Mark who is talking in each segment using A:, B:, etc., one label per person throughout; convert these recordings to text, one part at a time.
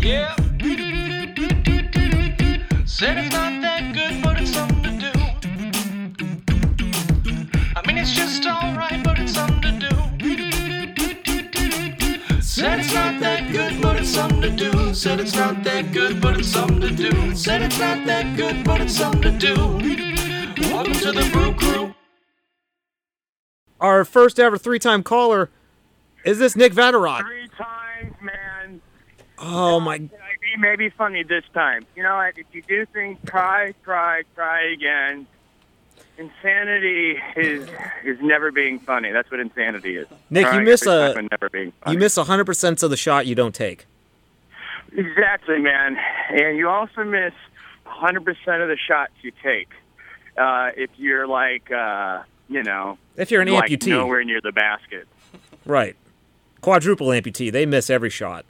A: Yeah. Said it's not that good, but it's something to do. I mean, it's just alright, but it's something to do. Said it's not that good, but it's something to do. Said it's not that good, but it's something to do. Said it's not that good, but it's something to do. Welcome to the Brew Crew.
B: Our first ever three time caller is this Nick Vatterott.
C: Three times, man.
B: Oh my.
C: Can I be maybe funny this time? You know, what? if you do things, try, try, try again. Insanity is is never being funny. That's what insanity is.
B: Nick, you
C: Trying
B: miss
C: every
B: a-
C: time and never being funny.
B: You miss 100% of the shot you don't take.
C: Exactly, man. And you also miss 100% of the shots you take. Uh, if you're like, uh, you know,
B: If you're an
C: like
B: amputee.
C: nowhere near the basket.
B: Right. Quadruple amputee. They miss every shot.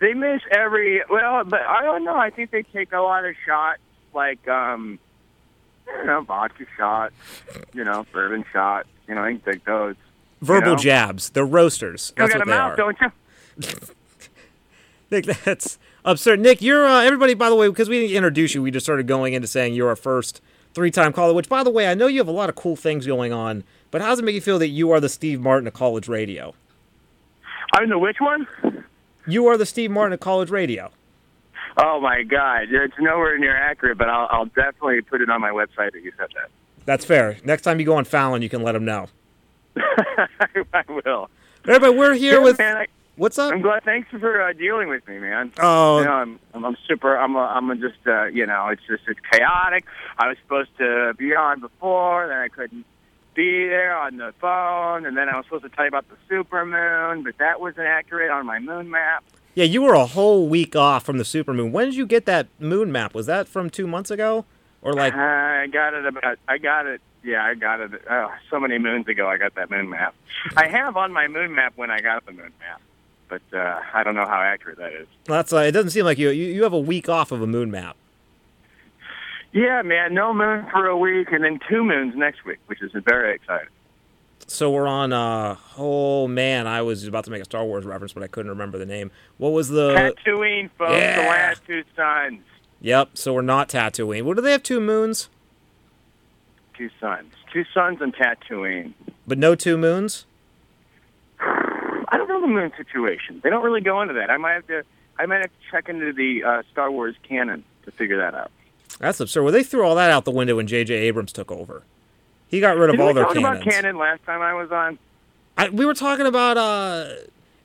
C: They miss every well, but I don't know. I think they take a lot of shots, like um, I don't know, vodka shot, you know, bourbon shot. You know, I can take those.
B: Verbal
C: You know?
B: jabs. They're roasters.
C: You
B: That's
C: got
B: what
C: a
B: they
C: mouth,
B: are.
C: don't you?
B: Nick, that's absurd. Nick, you're uh, everybody. By the way, because we didn't introduce you, we just started going into saying you're our first three-time caller. Which, by the way, I know you have a lot of cool things going on. But how does it make you feel that you are the Steve Martin of college radio?
C: I don't know which one.
B: You are the Steve Martin of college radio.
C: Oh my God, it's nowhere near accurate, but I'll, I'll definitely put it on my website that you said that.
B: That's fair. Next time you go on Fallon, you can let him know.
C: I will.
B: Everybody, we're here with.
C: man, I,
B: What's up?
C: I'm glad. Thanks for uh, dealing with me, man.
B: Oh.
C: you know, I'm, I'm, I'm super. I'm, a, I'm a just, uh, you know, it's just it's chaotic. I was supposed to be on before, then I couldn't be there on the phone, and then I was supposed to tell you about the supermoon, but that wasn't accurate on my moon map.
B: Yeah, you were a whole week off from the supermoon. When did you get that moon map? Was that from two months ago, or like?
C: Uh, I got it about. I got it. Yeah, I got it. Oh, so many moons ago, I got that moon map. I have on my moon map when I got the moon map, but uh, I don't know how accurate that is.
B: That's. Uh, it doesn't seem like you, you. You have a week off of a moon map.
C: Yeah, man, no moon for a week, and then two moons next week, which is very exciting.
B: So we're on. Uh, oh man, I was about to make a Star Wars reference, but I couldn't remember the name. What was the?
C: Tatooine, folks, the
B: Uh, yeah.
C: last two suns.
B: Yep. So we're not Tatooine. What do they have? Two moons,
C: Two suns. Two suns and Tatooine.
B: but no two moons.
C: I don't know the moon situation. They don't really go into that. I might have to. I might have to check into the uh, Star Wars canon to figure that out.
B: That's absurd. Well, they threw all that out the window when J.J. Abrams took over. He got rid of
C: Did
B: all
C: we
B: their
C: talk
B: canons.
C: about canon last time I was on?
B: I, we were talking about. Uh,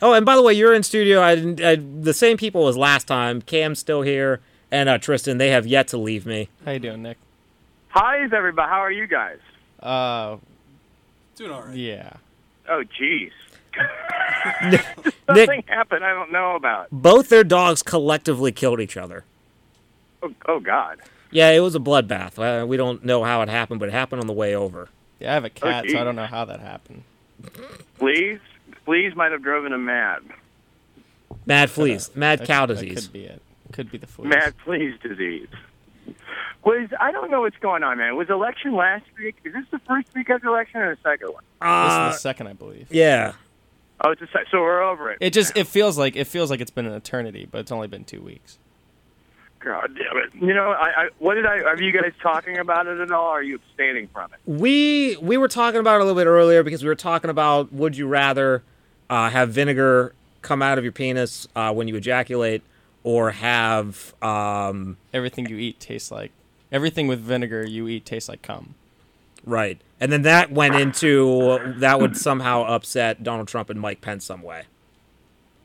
B: oh, and by the way, you're in studio. I, didn't- I the same people as last time. Cam's still here, and uh, Tristan. They have yet to leave me.
D: How you doing, Nick?
C: Hi, is everybody? How are you guys?
D: Uh,
E: Doing all right.
D: yeah.
C: Oh, jeez.
B: Nick,
C: Something happened I don't know about.
B: both their dogs collectively killed each other.
C: Oh, oh God.
B: Yeah, it was a bloodbath. Uh, we don't know how it happened, but it happened on the way over.
D: Yeah, I have a cat, so
C: geez.
D: I don't know how that happened.
C: Fleas? Fleas might have driven him mad.
B: Mad fleas, mad
D: That-
B: cow
D: that
B: disease.
D: could be it. Could be the fleas.
C: Mad fleas disease. Was I don't know what's going on, man. Was election last week? Is this the first week of the election or the second one?
D: this is
B: Uh,
D: the second, I believe.
B: yeah,
C: Oh, it's a, se- so we're over it.
D: It just it feels like it feels like it's been an eternity, but it's only been two weeks.
C: God damn it! You know, I, I what did I? Are you guys talking about it at all? Or are you abstaining from it?
B: we we were talking about it a little bit earlier because we were talking about would you rather uh, have vinegar come out of your penis uh, when you ejaculate or have um,
D: Everything you eat tastes like everything with vinegar you eat tastes like cum.
B: right, and then that went into that would somehow upset Donald Trump and Mike Pence some way.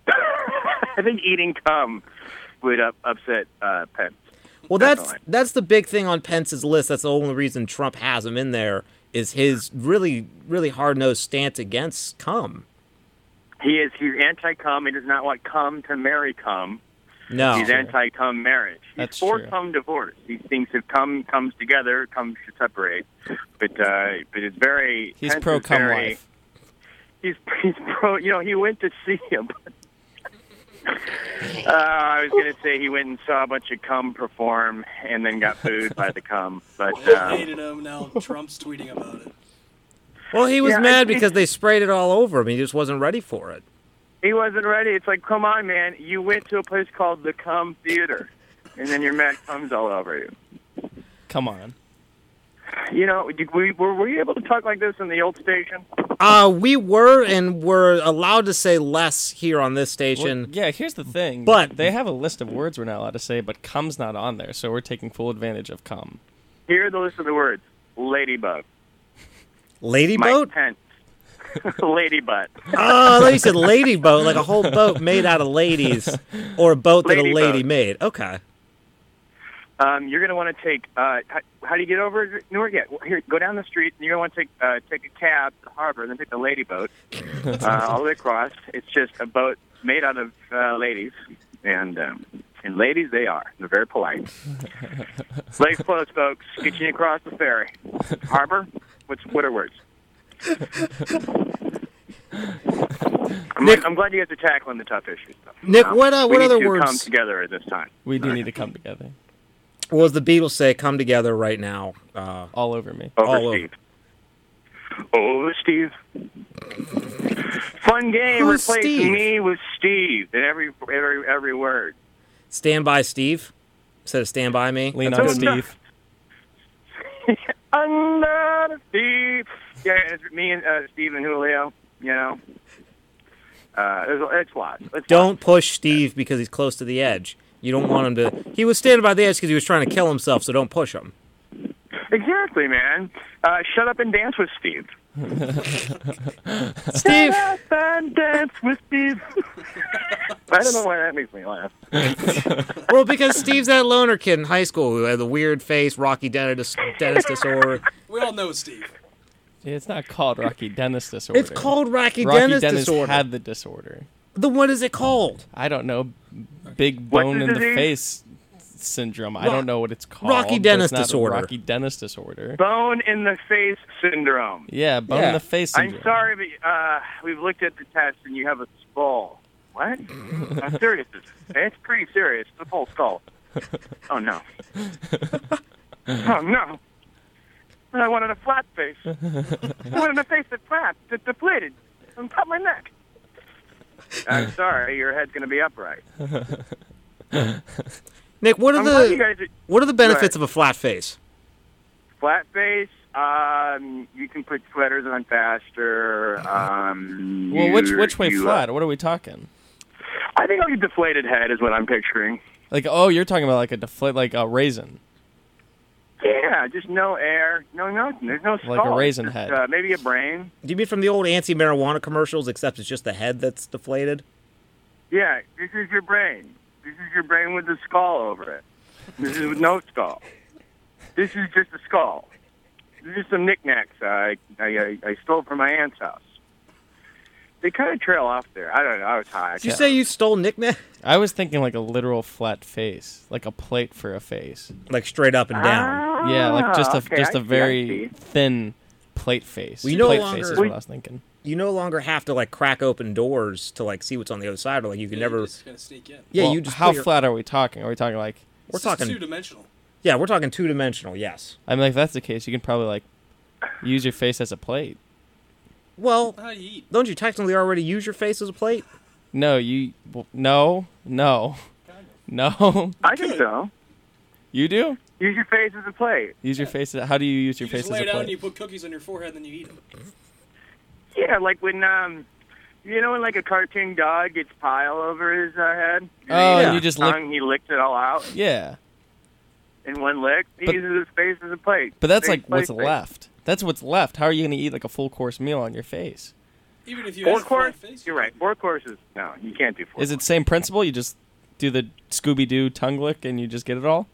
C: I think eating cum would up, upset uh, Pence.
B: Well, that's
C: Definitely.
B: that's the big thing on Pence's list. That's the only reason Trump has him in there is his really really hard nosed stance against cum.
C: He is he's anti cum. He does not want cum to marry cum.
B: No,
C: He's anti cum marriage. He's
D: Oh, That's
C: for
D: true.
C: cum divorce. He thinks if cum comes together, cum should separate. But uh, but it's very
D: He's
C: Pence is
D: pro cum
C: very-
D: life.
C: He's he's pro. You know, he went to see him. uh, I was gonna say he went and saw a bunch of cum perform, and then got booed by the cum. But uh,
E: Hated him. Now Trump's tweeting about it.
B: well, he was
C: Yeah, I
B: mad
C: think-
B: because they sprayed it all over him. He just wasn't ready for it.
C: He wasn't ready. It's like, come on, man. You went to a place called the Cum Theater, and then your mad comes all over you.
D: Come on.
C: You know, did we, were we able to talk like this in the old station?
B: Uh, we were and were allowed to say less here on this
D: Well,
B: station.
D: yeah, here's the thing.
B: But-
D: they have a list of words we're not allowed to say, but cum's not on there, so we're taking full advantage of cum.
C: Here are the list of the words: ladybug,
B: Lady
C: Mike
B: boat?
C: Pence, ladybutt,
B: Oh, they said lady boat, like a whole boat made out of ladies, or a boat that
C: Lady
B: a lady
C: boat.
B: made. Okay.
C: Um, you're going to want to take. Uh, how, how do you get over Newark? Yet? Well, Here, go down the street, and you're going to want to take uh, take a cab to the harbor, and then take the lady boat uh, all the way across. It's just a boat made out of uh, ladies, and um, and ladies they are. They're very polite. Lake closed, folks. Get you across the ferry. Harbor. What's what are words? I'm,
B: Nick-
C: I'm glad you guys are tackling the tough issues. Though.
B: Nick, what, uh,
C: Um, we
B: what
C: need
B: other
C: to Come
B: words?
C: together at this time.
D: We do need to come together.
B: Well, as the Beatles say, come together right now. Uh,
D: All over me.
C: Over
B: All over.
C: Steve. Over Steve. Fun game.
B: Who's
C: Replace
B: Steve?
C: me with Steve in every every every word.
B: stand by Steve instead of stand by me.
D: Lean
C: That's
D: on
C: what I'm
D: Steve.
C: Another Steve. Yeah, it's me and uh, Steve and Julio. You know, uh, it's, it's lots. It's
B: Don't push Steve because he's close to the edge. You don't want him to. He was standing by the edge because he was trying to kill himself, so don't push him.
C: lots. exactly, man. Uh, shut up and dance with Steve.
B: Steve,
C: Shut up and dance with Steve. I don't know why that makes me laugh.
B: well, because Steve's that loner kid in high school who had the weird face, Rocky Dennis, Dennis disorder.
E: We all know Steve.
D: It's not called Rocky Dennis disorder.
B: It's called Rocky,
D: Rocky
B: Dennis,
D: Dennis
B: disorder.
D: had the disorder.
B: The what is it called?
D: I don't know. Big
C: What's
D: bone
C: the
D: in the
C: disease?
D: face syndrome. I don't know what it's called.
B: Rocky
D: but
B: Dennis
D: it's not
B: disorder.
D: Rocky Dennis disorder.
C: Bone in the face syndrome.
D: Yeah, bone
B: Yeah.
D: in the face syndrome.
C: I'm sorry, but uh, we've looked at the test and you have a skull. What? How serious is it? It's pretty serious. The whole skull. Oh no. Oh no. I wanted a flat face. I wanted a face that flat, that depleted, on top of my neck. I'm sorry, your head's going to be upright.
B: Nick, what are
C: I'm glad you
B: the
C: guys are-
B: what are the benefits
C: Right.
B: of a flat face?
C: flat face. Um, you can put sweaters on faster. Um,
D: Well, which
C: you-
D: which way
C: you, uh,
D: flat? What are we talking?
C: I think like a deflated head is what I'm picturing.
D: Like, oh, you're talking about like a deflate, like a raisin.
C: Yeah, just no air, no nothing. There's no skull.
D: a raisin
C: Just,
D: head.
C: Uh, maybe a brain.
B: Do you mean from the old anti-marijuana commercials? Except it's just the head that's deflated.
C: Yeah, this is your brain. This is your brain with the skull over it. This is with no skull. This is just a skull. This is some knickknacks I I, I, I stole from my aunt's house. They kind of trail off there. I don't know. I was high. I
B: Did you
C: can't-
B: say you stole knickknack?
D: I was thinking like a literal flat face, like a plate for a face.
B: Like straight up
D: Ah.
B: and down.
D: yeah, like just a
C: Ah, okay,
D: just
C: I
D: a
C: see, I
D: very
C: see.
D: thin plate face.
B: We no
D: plate
B: longer-
D: face is
B: We-
D: what I was thinking.
B: You no longer have to like crack open doors to like see what's on the other side, or like you can never.
E: You're just gonna sneak in.
B: yeah,
D: Well,
B: you just
D: how
B: put your-
D: flat are we talking? Are we talking like?
B: We're
E: It's just
B: talking.
E: two-dimensional.
B: Yeah, we're talking two dimensional. Yes.
D: I mean, like if that's the case, you can probably like use your face as a plate.
B: Well,
E: How do you eat?
B: don't you technically already use your face as a plate?
D: No, you well, no no no.
C: I think so.
D: You do
C: Use your face as a plate.
D: use your face. As, how do you use your
E: You
D: face
E: just
D: as
E: lay
D: a
E: down and you
D: plate?
E: put cookies on your forehead, and then you eat them.
C: Yeah, like when um, you know, when like a cartoon dog gets pile over his uh, head.
D: Oh,
B: Yeah.
D: and you just lick.
C: tongue, he licked it all out
D: Yeah,
C: in one lick. He
D: But-
C: uses his face as a plate.
D: but that's
C: Face,
D: like what's
C: plate, face.
D: left. That's what's left. How are you gonna eat like a full course meal on your face?
E: Even if you
C: Four
E: have a
C: course.
E: flat face,
C: You're right. Four courses. No, you can't do four.
D: Is it same principle? You just do the Scooby Doo tongue lick and you just get it all.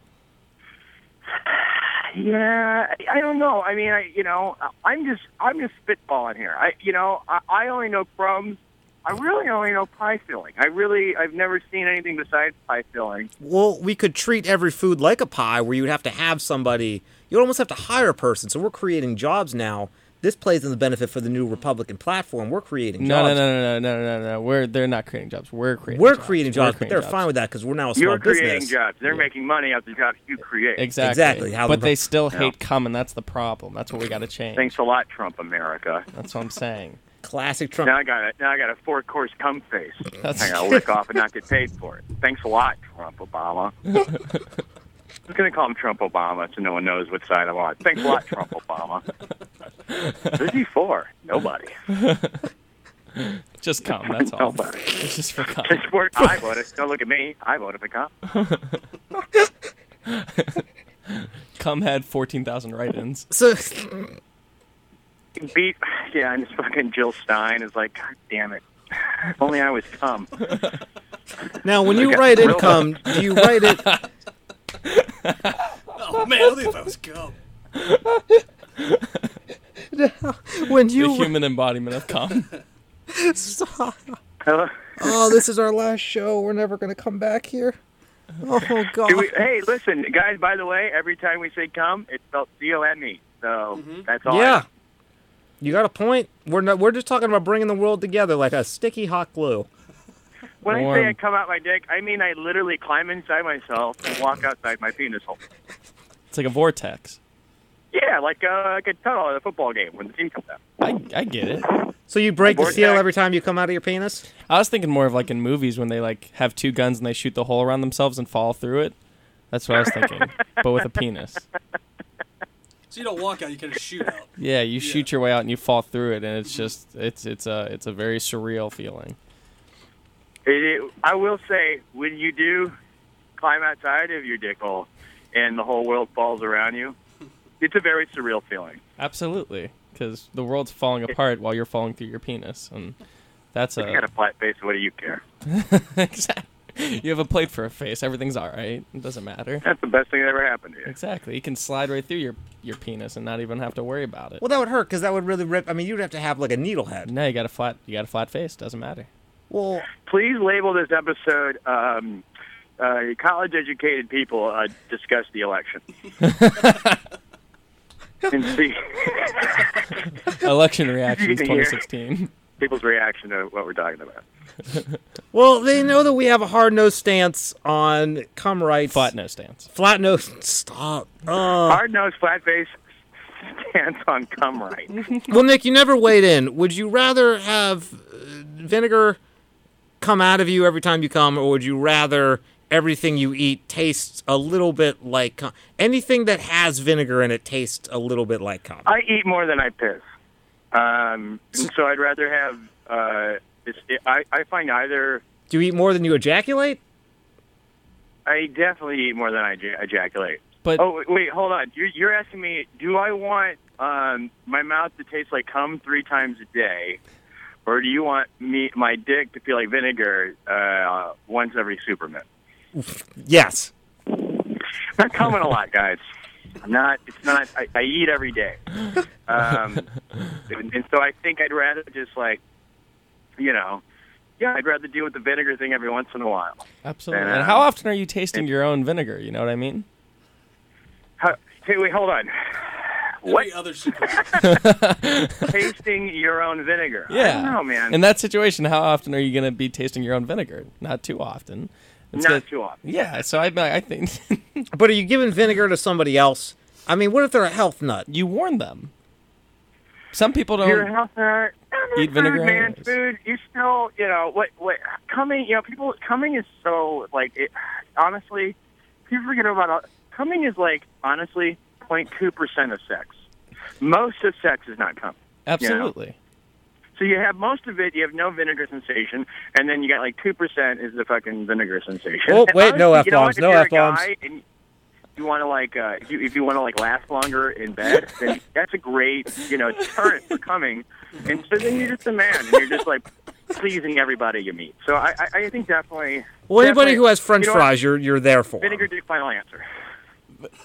C: Yeah, I- I don't know. I mean, I you know, I- I'm just I'm just spitballing here. I you know, I, I only know crumbs. I really only know pie filling. I really I've never seen anything besides pie filling.
B: Well, we could treat every food like a pie where you'd have to have somebody, you'd almost have to hire a person. So we're creating jobs now. This plays in the benefit for the new Republican platform. We're creating
D: No,
B: jobs.
D: no, no, no, no, no, no, no. We're they're not creating jobs. We're creating.
B: We're
D: jobs.
B: creating
D: We're
B: jobs, but they're
D: creating
B: fine
D: jobs.
B: with that because we're now a small
C: You're creating
B: business.
C: jobs. They're making money off the jobs you create.
D: Exactly.
B: Exactly, how
D: but
B: the-
D: they still hate cum, and that's the problem. That's what we got to change.
C: Thanks a lot, Trump America.
D: That's what I'm saying.
B: Classic Trump.
C: Now I got a now I got a four course cum face. I got to lick off and not get paid for it. Thanks a lot, Trump Obama. I'm gonna call him Trump Obama so no one knows what side I'm on. Thanks a lot, Trump Obama. Who's he for? Nobody.
D: Just come. That's all.
C: Nobody.
D: It's just for cum.
C: Just for I voted. Don't look at me. I voted for cum.
D: Cum had fourteen thousand write-ins.
B: So
C: Beat. Yeah, and this fucking Jill Stein is like, God damn it. If only I was cum.
B: now, when you
C: Okay.
B: write
C: Real-
B: income, do you write it?
E: Oh man, I think that was gum.
B: When
D: The
B: you
D: human embodiment of cum.
C: Hello.
B: oh, this is our last show. We're never gonna come back here. Oh God.
C: Do we, hey, listen, guys. By the way, every time we say "come," it's spelled C O M E. So that's all. I-
B: yeah. You got a point. We're not, we're just talking about bringing the world together like a sticky hot glue.
C: when I
D: Warm.
C: say I come out my dick, I mean I literally climb inside myself and walk outside my penis hole.
D: It's like a vortex.
C: Yeah, like uh, like a tunnel at a football game when the team comes out.
D: I I get it.
B: So you break the
C: Vortex.
B: seal every time you come out of your penis.
D: I was thinking more of like in movies when they like have two guns and they shoot the hole around themselves and fall through it. That's what I was thinking, but with a penis.
E: So you don't walk out, you kind of shoot out.
D: Yeah, you shoot your way out and you fall through it, and it's just it's it's a it's a very surreal feeling.
C: It, it, I will say, when you do climb outside of your dick hole, and the whole world falls around you, it's a very surreal feeling.
D: Absolutely, because the world's falling apart while you're falling through your penis, and that's
C: If you got
D: a
C: a flat face, what do you care?
D: exactly. You have a plate for a face. Everything's all right. It doesn't matter.
C: That's the best thing that ever happened to you.
D: Exactly. You can slide right through your your penis and not even have to worry about it.
B: Well, that would hurt because that would really rip. I mean, you'd have to have like a needle head.
D: No, you got a flat you got a flat face. Doesn't matter.
B: Well,
C: please label this episode um, uh, college educated people uh, discuss the election and see
D: Election reactions
C: You can hear.
D: 2016.
C: people's reaction to what we're talking about.
B: well, they know that we have a hard nosed stance on cum rights.
D: Flat no stance.
B: Flat nose. Stop. Uh,
C: Hard nosed flat face stands on come right.
B: well, Nick, you never weighed in. Would you rather have uh, vinegar come out of you every time you come, or would you rather everything you eat tastes a little bit like cum? Anything that has vinegar in it tastes a little bit like cum.
C: I eat more than I piss, um, and so I'd rather have. Uh, this, I, I find either
B: Do you eat more than you ejaculate?
C: I definitely eat more than I eja- ejaculate.
D: But
C: Oh wait, wait, hold on. You're, you're asking me, do I want um, my mouth to taste like cum three times a day, or do you want me my dick to feel like vinegar uh, once every Superman?
B: Yes.
C: I'm not coming a lot, guys. I'm not. It's not. I, I eat every day, um, and, and so I think I'd rather just like, you know, yeah, I'd rather deal with the vinegar thing every once in a while.
D: absolutely.
C: uh,
D: And how often are you tasting your own vinegar? You know what I mean?
C: How, hey, wait, hold on. What?
E: Every other super.
C: tasting your own vinegar. I
D: Yeah.
C: don't know, man.
D: In that situation, how often are you going to be tasting your own vinegar? Not too often. It's
C: Not
D: gonna-
C: too often.
D: Yeah. So I I think
B: But are you giving vinegar to somebody else? I mean, what if they're a health nut?
D: you warn them. Some people don't.
C: Your health nut.
D: Eat vinegar
C: Food, man,
D: anyways.
C: food. You still, you know, what, what, coming, you know, people, coming is so, like, it, honestly, people forget about, all- coming is, like, honestly, 0.2% of sex. Most of sex is not coming.
D: absolutely.
C: So you have most of it, you have no vinegar sensation, and then you got like 2% is the fucking vinegar sensation.
B: Oh,
C: And
B: wait, no
C: honestly, you know
B: F-bombs,
C: what? If
B: no
C: you're a
B: F-bombs.
C: guy and You want to like uh, if you if you want to like last longer in bed, then that's a great you know deterrent for coming. And so then you're just a man, and you're just like pleasing everybody you meet. So I I, I think definitely.
B: Well, anybody
C: definitely-
B: who has French
C: you know what?
B: fries, you're you're there for. 'em.
C: vinegar dick final answer.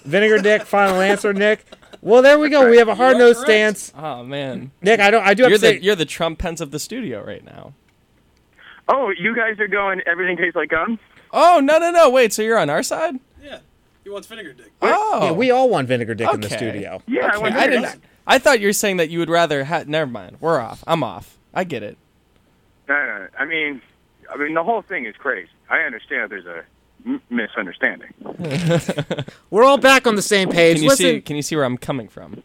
B: Vinegar Dick, final answer, Nick. Well, there we go. We have a hard
E: You are
B: nosed
E: correct.
B: stance,
D: Oh man.
B: Nick. I don't. I do have
D: You're
B: to say.
D: the you're the Trump Pence of the studio right now.
C: Oh, you guys are going. Everything tastes like gum.
D: Oh no no no! Wait, so you're on our side?
E: Yeah, he wants vinegar dick.
D: Oh,
B: Yeah, we all want Vinegar Dick in the
D: Okay.
B: studio.
C: Yeah, I, want
D: I
C: vinegar
D: didn't.
C: dick.
D: I thought you were saying that you would rather. Ha- Never mind. We're off. I'm off. I get it.
C: No, no, no. I mean, I mean the whole thing is crazy. I understand there's a m- misunderstanding.
B: We're all back on the same page.
D: Can you
B: Listen,
D: see? Can you see where I'm coming from?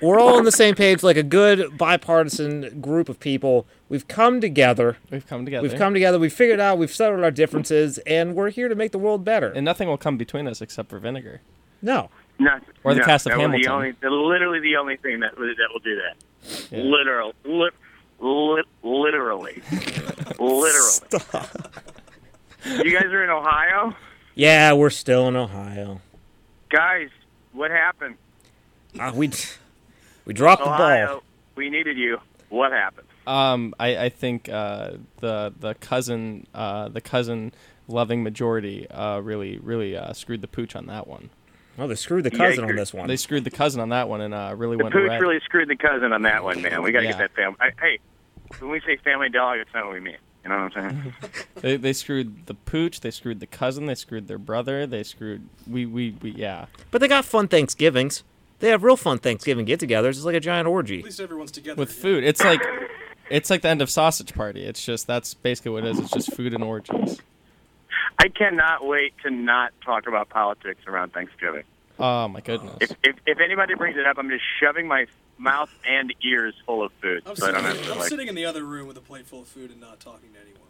B: We're all on the same page, like a good bipartisan group of people. We've come together.
D: We've come together.
B: We've come together. We've figured out. We've settled our differences, and we're here to make the world better.
D: and nothing will come between us except for vinegar.
B: no,
C: No,
D: Or the
C: no,
D: cast of
C: that was
D: Hamilton.
C: The only, the- literally the only thing that that will do that.
D: Yeah.
C: Literal, li- li- literally, literally. You guys are in Ohio,
B: yeah, we're still in Ohio.
C: guys. What happened?
B: Ah, we we dropped the ball.
C: Ohio, we needed you. What happened?
D: Um, I, I think uh, the the cousin uh, the cousin loving majority uh, really really uh, screwed the pooch on that one.
B: Oh, they screwed the
C: Yeah,
B: cousin on
C: you're-
B: this one.
D: They screwed the cousin on that one and uh, really
C: The
D: went
C: pooch
D: red.
C: really screwed the cousin on that one, man. We got to
D: Yeah.
C: get that family. I, hey, when we say family dog, it's not what we mean. You know what I'm saying?
D: They, they screwed the pooch. They screwed the cousin. They screwed their brother. They screwed we we, we yeah.
B: But they got fun Thanksgivings. They have real fun Thanksgiving get-togethers. It's like a giant orgy.
E: At least everyone's together.
D: with
E: yeah.
D: food. It's like it's like the end of Sausage Party. It's just that's basically what it is. It's just food and orgies.
C: I cannot wait to not talk about politics around Thanksgiving.
D: Oh my goodness.
C: If, if, if anybody brings it up, I'm just shoving my mouth and ears full of food,
E: I'm,
C: so I
E: sitting,
C: don't have to
E: I'm
C: like.
E: sitting in the other room with a plate full of food and not talking to anyone.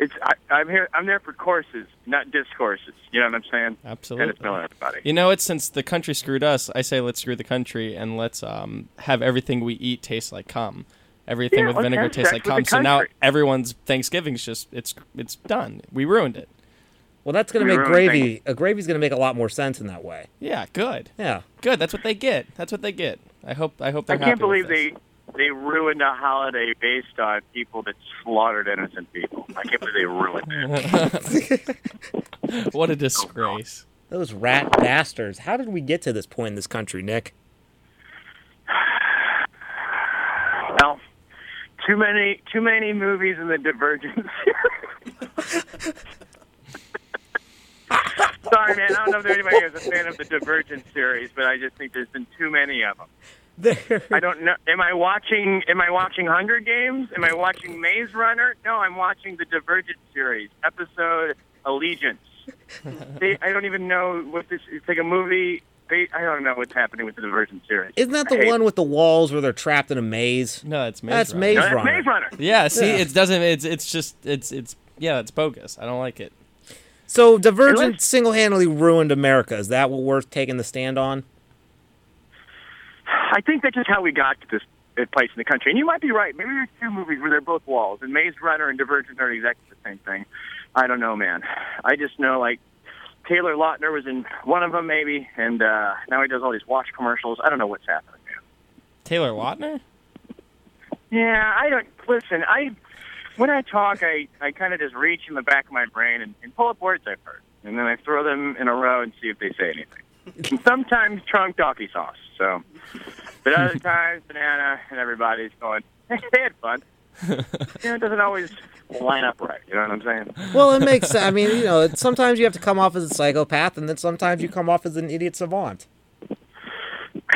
C: It's I, I'm here. I'm there for courses, not discourses. You know what I'm saying? And it's
D: Absolutely.
C: milling everybody.
D: You know, it's since the country screwed us. I say let's screw the country and let's um, have everything we eat taste like cum. Everything
C: Yeah,
D: with
C: let's
D: vinegar
C: have
D: tastes
C: sex
D: like
C: with
D: cum.
C: the
D: So now
C: country.
D: everyone's Thanksgiving's just it's it's done. We ruined it.
B: Well, that's gonna
C: We
B: make
C: ruined
B: gravy. A gravy's gonna make a lot more sense in that way.
D: Yeah, good,
B: Yeah.
D: good. That's what they get. That's what they get. I hope I hope
C: I
D: they're
C: can't
D: happy
C: believe
D: with this.
C: they they ruined a holiday based on people that slaughtered innocent people. I can't believe they ruined it.
D: What a disgrace.
B: Those rat bastards. How did we get to this point in this country, Nick?
C: Well, too many too many movies in the Divergent series. Sorry, man. I don't know if there's anybody who's a fan of the Divergent series, but I just think there's been too many of them.
B: There.
C: I don't know. Am I watching? Am I watching Hunger Games? Am I watching Maze Runner? No, I'm watching the Divergent series episode Allegiance. they, I don't even know what this. It's like a movie. They, I don't know what's happening with the Divergent series.
B: Isn't that
C: I
B: the
C: hate
B: one
C: it.
B: with the walls where they're trapped in a maze?
D: No, that's Maze
B: That's
D: Runner.
B: Maze
C: No, that's
B: Runner.
C: Maze Runner.
D: Yeah, see,
B: Yeah.
D: it doesn't. It's it's just it's it's yeah, it's bogus. I don't like it.
B: So Divergent
C: Really?
B: single-handedly ruined America. Is that what we're taking the stand on?
C: I think that's just how we got to this uh, place in the country. And you might be right. Maybe there's two movies where they're both walls, and Maze Runner and Divergent are exactly the same thing. I don't know, man. I just know like Taylor Lautner was in one of them, maybe, and uh, now he does all these watch commercials. I don't know what's happening. Man.
D: Taylor Lautner?
C: Yeah, I don't listen. I when I talk, I I kind of just reach in the back of my brain and, and pull up words I've heard, and then I throw them in a row and see if they say anything. And sometimes trunk donkey sauce. So, but other times, banana, and everybody's going, hey, they had fun. you know, it doesn't always line up right. You know what I'm saying?
B: Well, it makes sense. I mean, you know, it's- sometimes you have to come off as a psychopath, and then sometimes you come off as an idiot savant.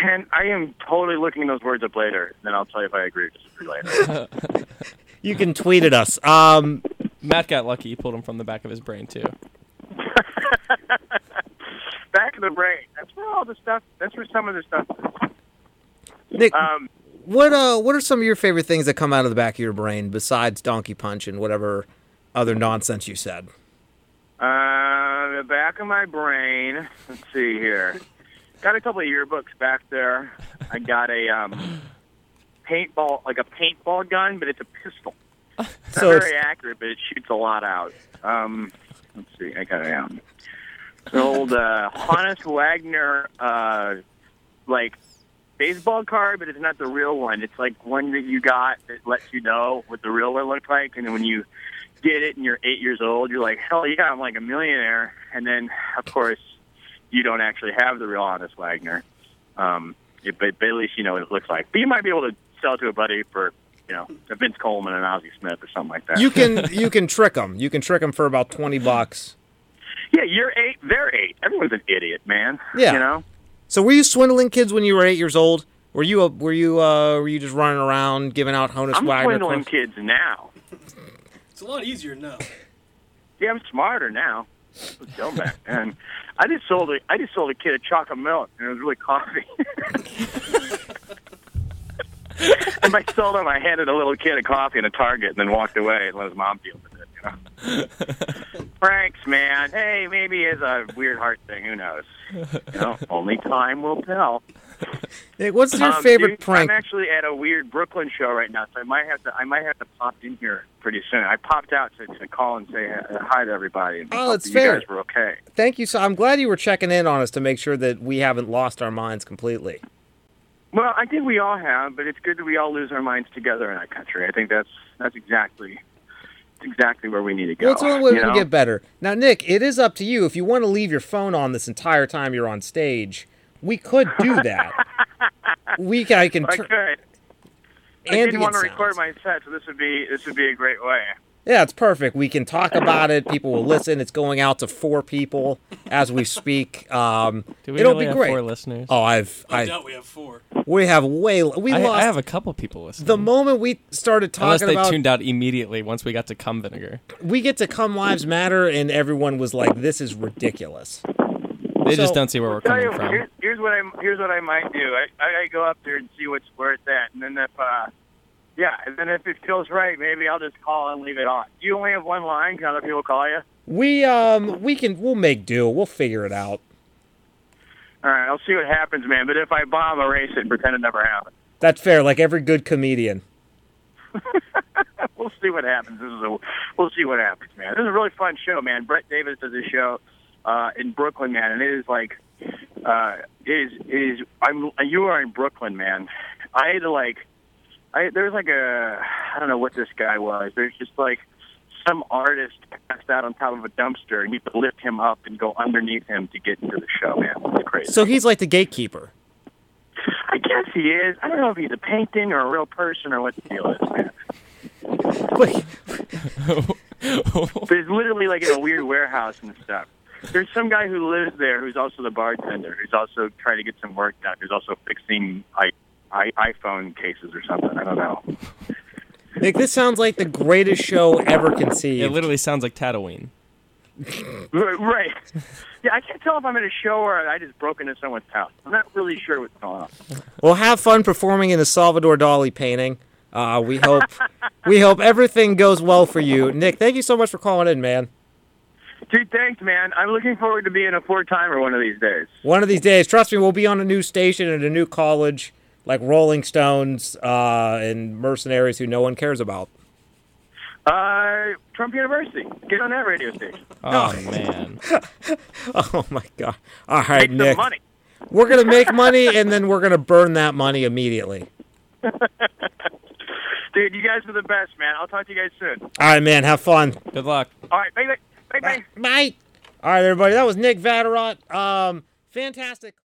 C: And I am totally looking those words up later, and then I'll tell you if I agree or disagree later.
B: You can tweet at us. Um,
D: Matt got lucky. He pulled him from the back of his brain too.
C: Back of the brain. That's where all the stuff. That's where some of the stuff. Is.
B: Nick,
C: Um,
B: what uh, what are some of your favorite things that come out of the back of your brain besides Donkey Punch and whatever other nonsense you said?
C: Uh, the back of my brain. Let's see here. Got a couple of yearbooks back there. I got a um, paintball, like a paintball gun, but it's a pistol. Not
B: So it's,
C: very accurate, but it shoots a lot out. Um, let's see. I got it out. An old uh, Hannes Wagner, uh, like baseball card, but it's not the real one. It's like one that you got that lets you know what the real one looked like, and then when you get it and you're eight years old, you're like, hell yeah, I'm like a millionaire. And then, of course, you don't actually have the real Honest Wagner. Um, it, but, but at least you know what it looks like. But you might be able to sell it to a buddy for, you know, a Vince Coleman and Ozzie Smith or something like that.
B: you can you can trick them. You can trick them for about twenty bucks.
C: yeah, you're eight, they're eight. Everyone's an idiot, man.
B: Yeah.
C: You know?
B: So were you swindling kids when you were eight years old? Were you a, were you uh, were you just running around giving out Honus
C: I'm
B: Wagner?
C: swindling
B: quotes?
C: kids now.
E: It's a lot easier now.
C: Yeah, I'm smarter now. I was Dumb back then. I just sold a I just sold a kid a chocolate milk, and it was really coffee. and by sold him, I handed a little kid a coffee and a Target, and then walked away and let his mom deal with it. You know, pranks, man. Hey, maybe it's a weird heart thing. Who knows? You know, only time will tell.
B: Nick, what's your
C: Um,
B: favorite
C: dude,
B: prank?
C: I'm actually at a weird Brooklyn show right now, so I might have to I might have to pop in here pretty soon. I popped out to, to call and say uh, hi to everybody. And
B: Oh,
C: hope
B: that's
C: that
B: fair.
C: You guys were okay.
B: Thank you. So I'm glad you were checking in on us to make sure that we haven't lost our minds completely.
C: Well, I think we all have, but it's good that we all lose our minds together in our country. I think that's that's exactly it's exactly where we need to go.
B: Well, it's the only way we
C: you
B: can
C: know?
B: get better. Now, Nick, it is up to you. If you want to leave your phone on this entire time you're on stage, we could do that. we can, I can
C: I
B: turn
C: could. I
B: ambient
C: didn't want to
B: sounds.
C: record my set, so this would be this would be a great way.
B: Yeah, it's perfect. We can talk about it. People will listen. It's going out to four people as we speak. Um,
D: Do we
B: it'll
D: really
B: be
D: have
B: great.
D: four listeners?
B: Oh, I've
E: I,
B: I
E: doubt we have four.
B: we have way we
D: I,
B: lost
D: I have a couple people listening.
B: the moment we started
D: Unless
B: talking
D: they
B: about
D: tuned out immediately once we got to cum vinegar.
B: we get to come lives matter and everyone was like this is ridiculous.
D: They
B: So-
D: just don't see where we're
C: Tell
D: coming
C: you,
D: from.
C: here's, here's what I here's what I might do. I I gotta go up there and see what's where it's at, and then if uh, yeah, and then if it feels right, maybe I'll just call and leave it on. You only have one line. Can other people call you?
B: We um we can we'll make do. We'll figure it out.
C: All right, I'll see what happens, man. But if I bomb, erase it and pretend it never happened.
B: That's fair. Like every good comedian.
C: we'll see what happens. This is a, we'll see what happens, man. This is a really fun show, man. Brett Davis does a show uh, in Brooklyn, man, and it is like, uh, it is it is I'm you are in Brooklyn, man. I had to like, I there's like a I don't know what this guy was. There's just like some artist passed out on top of a dumpster, and you have to lift him up and go underneath him to get into the show, man. It's crazy.
B: So he's like the gatekeeper.
C: I guess he is. I don't know if he's a painting or a real person or what the deal is, man.
B: Like,
C: But it's literally like in a weird warehouse and stuff. There's some guy who lives there who's also the bartender, who's also trying to get some work done, who's also fixing I, I, iPhone cases or something. I don't know.
B: Nick, this sounds like the greatest show ever conceived.
D: It literally sounds like Tatooine.
C: Right, Right. Yeah, I can't tell if I'm at a show or I just broke into someone's house. I'm not really sure what's going on.
B: Well, have fun performing in the Salvador Dali painting. Uh, we hope we hope everything goes well for you, Nick. Thank you so much for calling in, man.
C: Dude, thanks, man. I'm looking forward to being a four timer one of these days.
B: One of these days, trust me, we'll be on a new station at a new college, like Rolling Stones uh, and mercenaries who no one cares about.
C: Uh, Trump University. Get on that radio station.
D: Oh man.
B: Oh my god! All right,
C: Make
B: Nick,
C: some money.
B: we're gonna make money and then we're gonna burn that money immediately.
C: Dude, you guys are the best, man. I'll talk to you guys soon.
B: All right, man, have fun.
D: Good luck.
C: All right, bye bye. Bye bye.
B: Bye. All right, everybody. That was Nick Vatterott. Um, fantastic.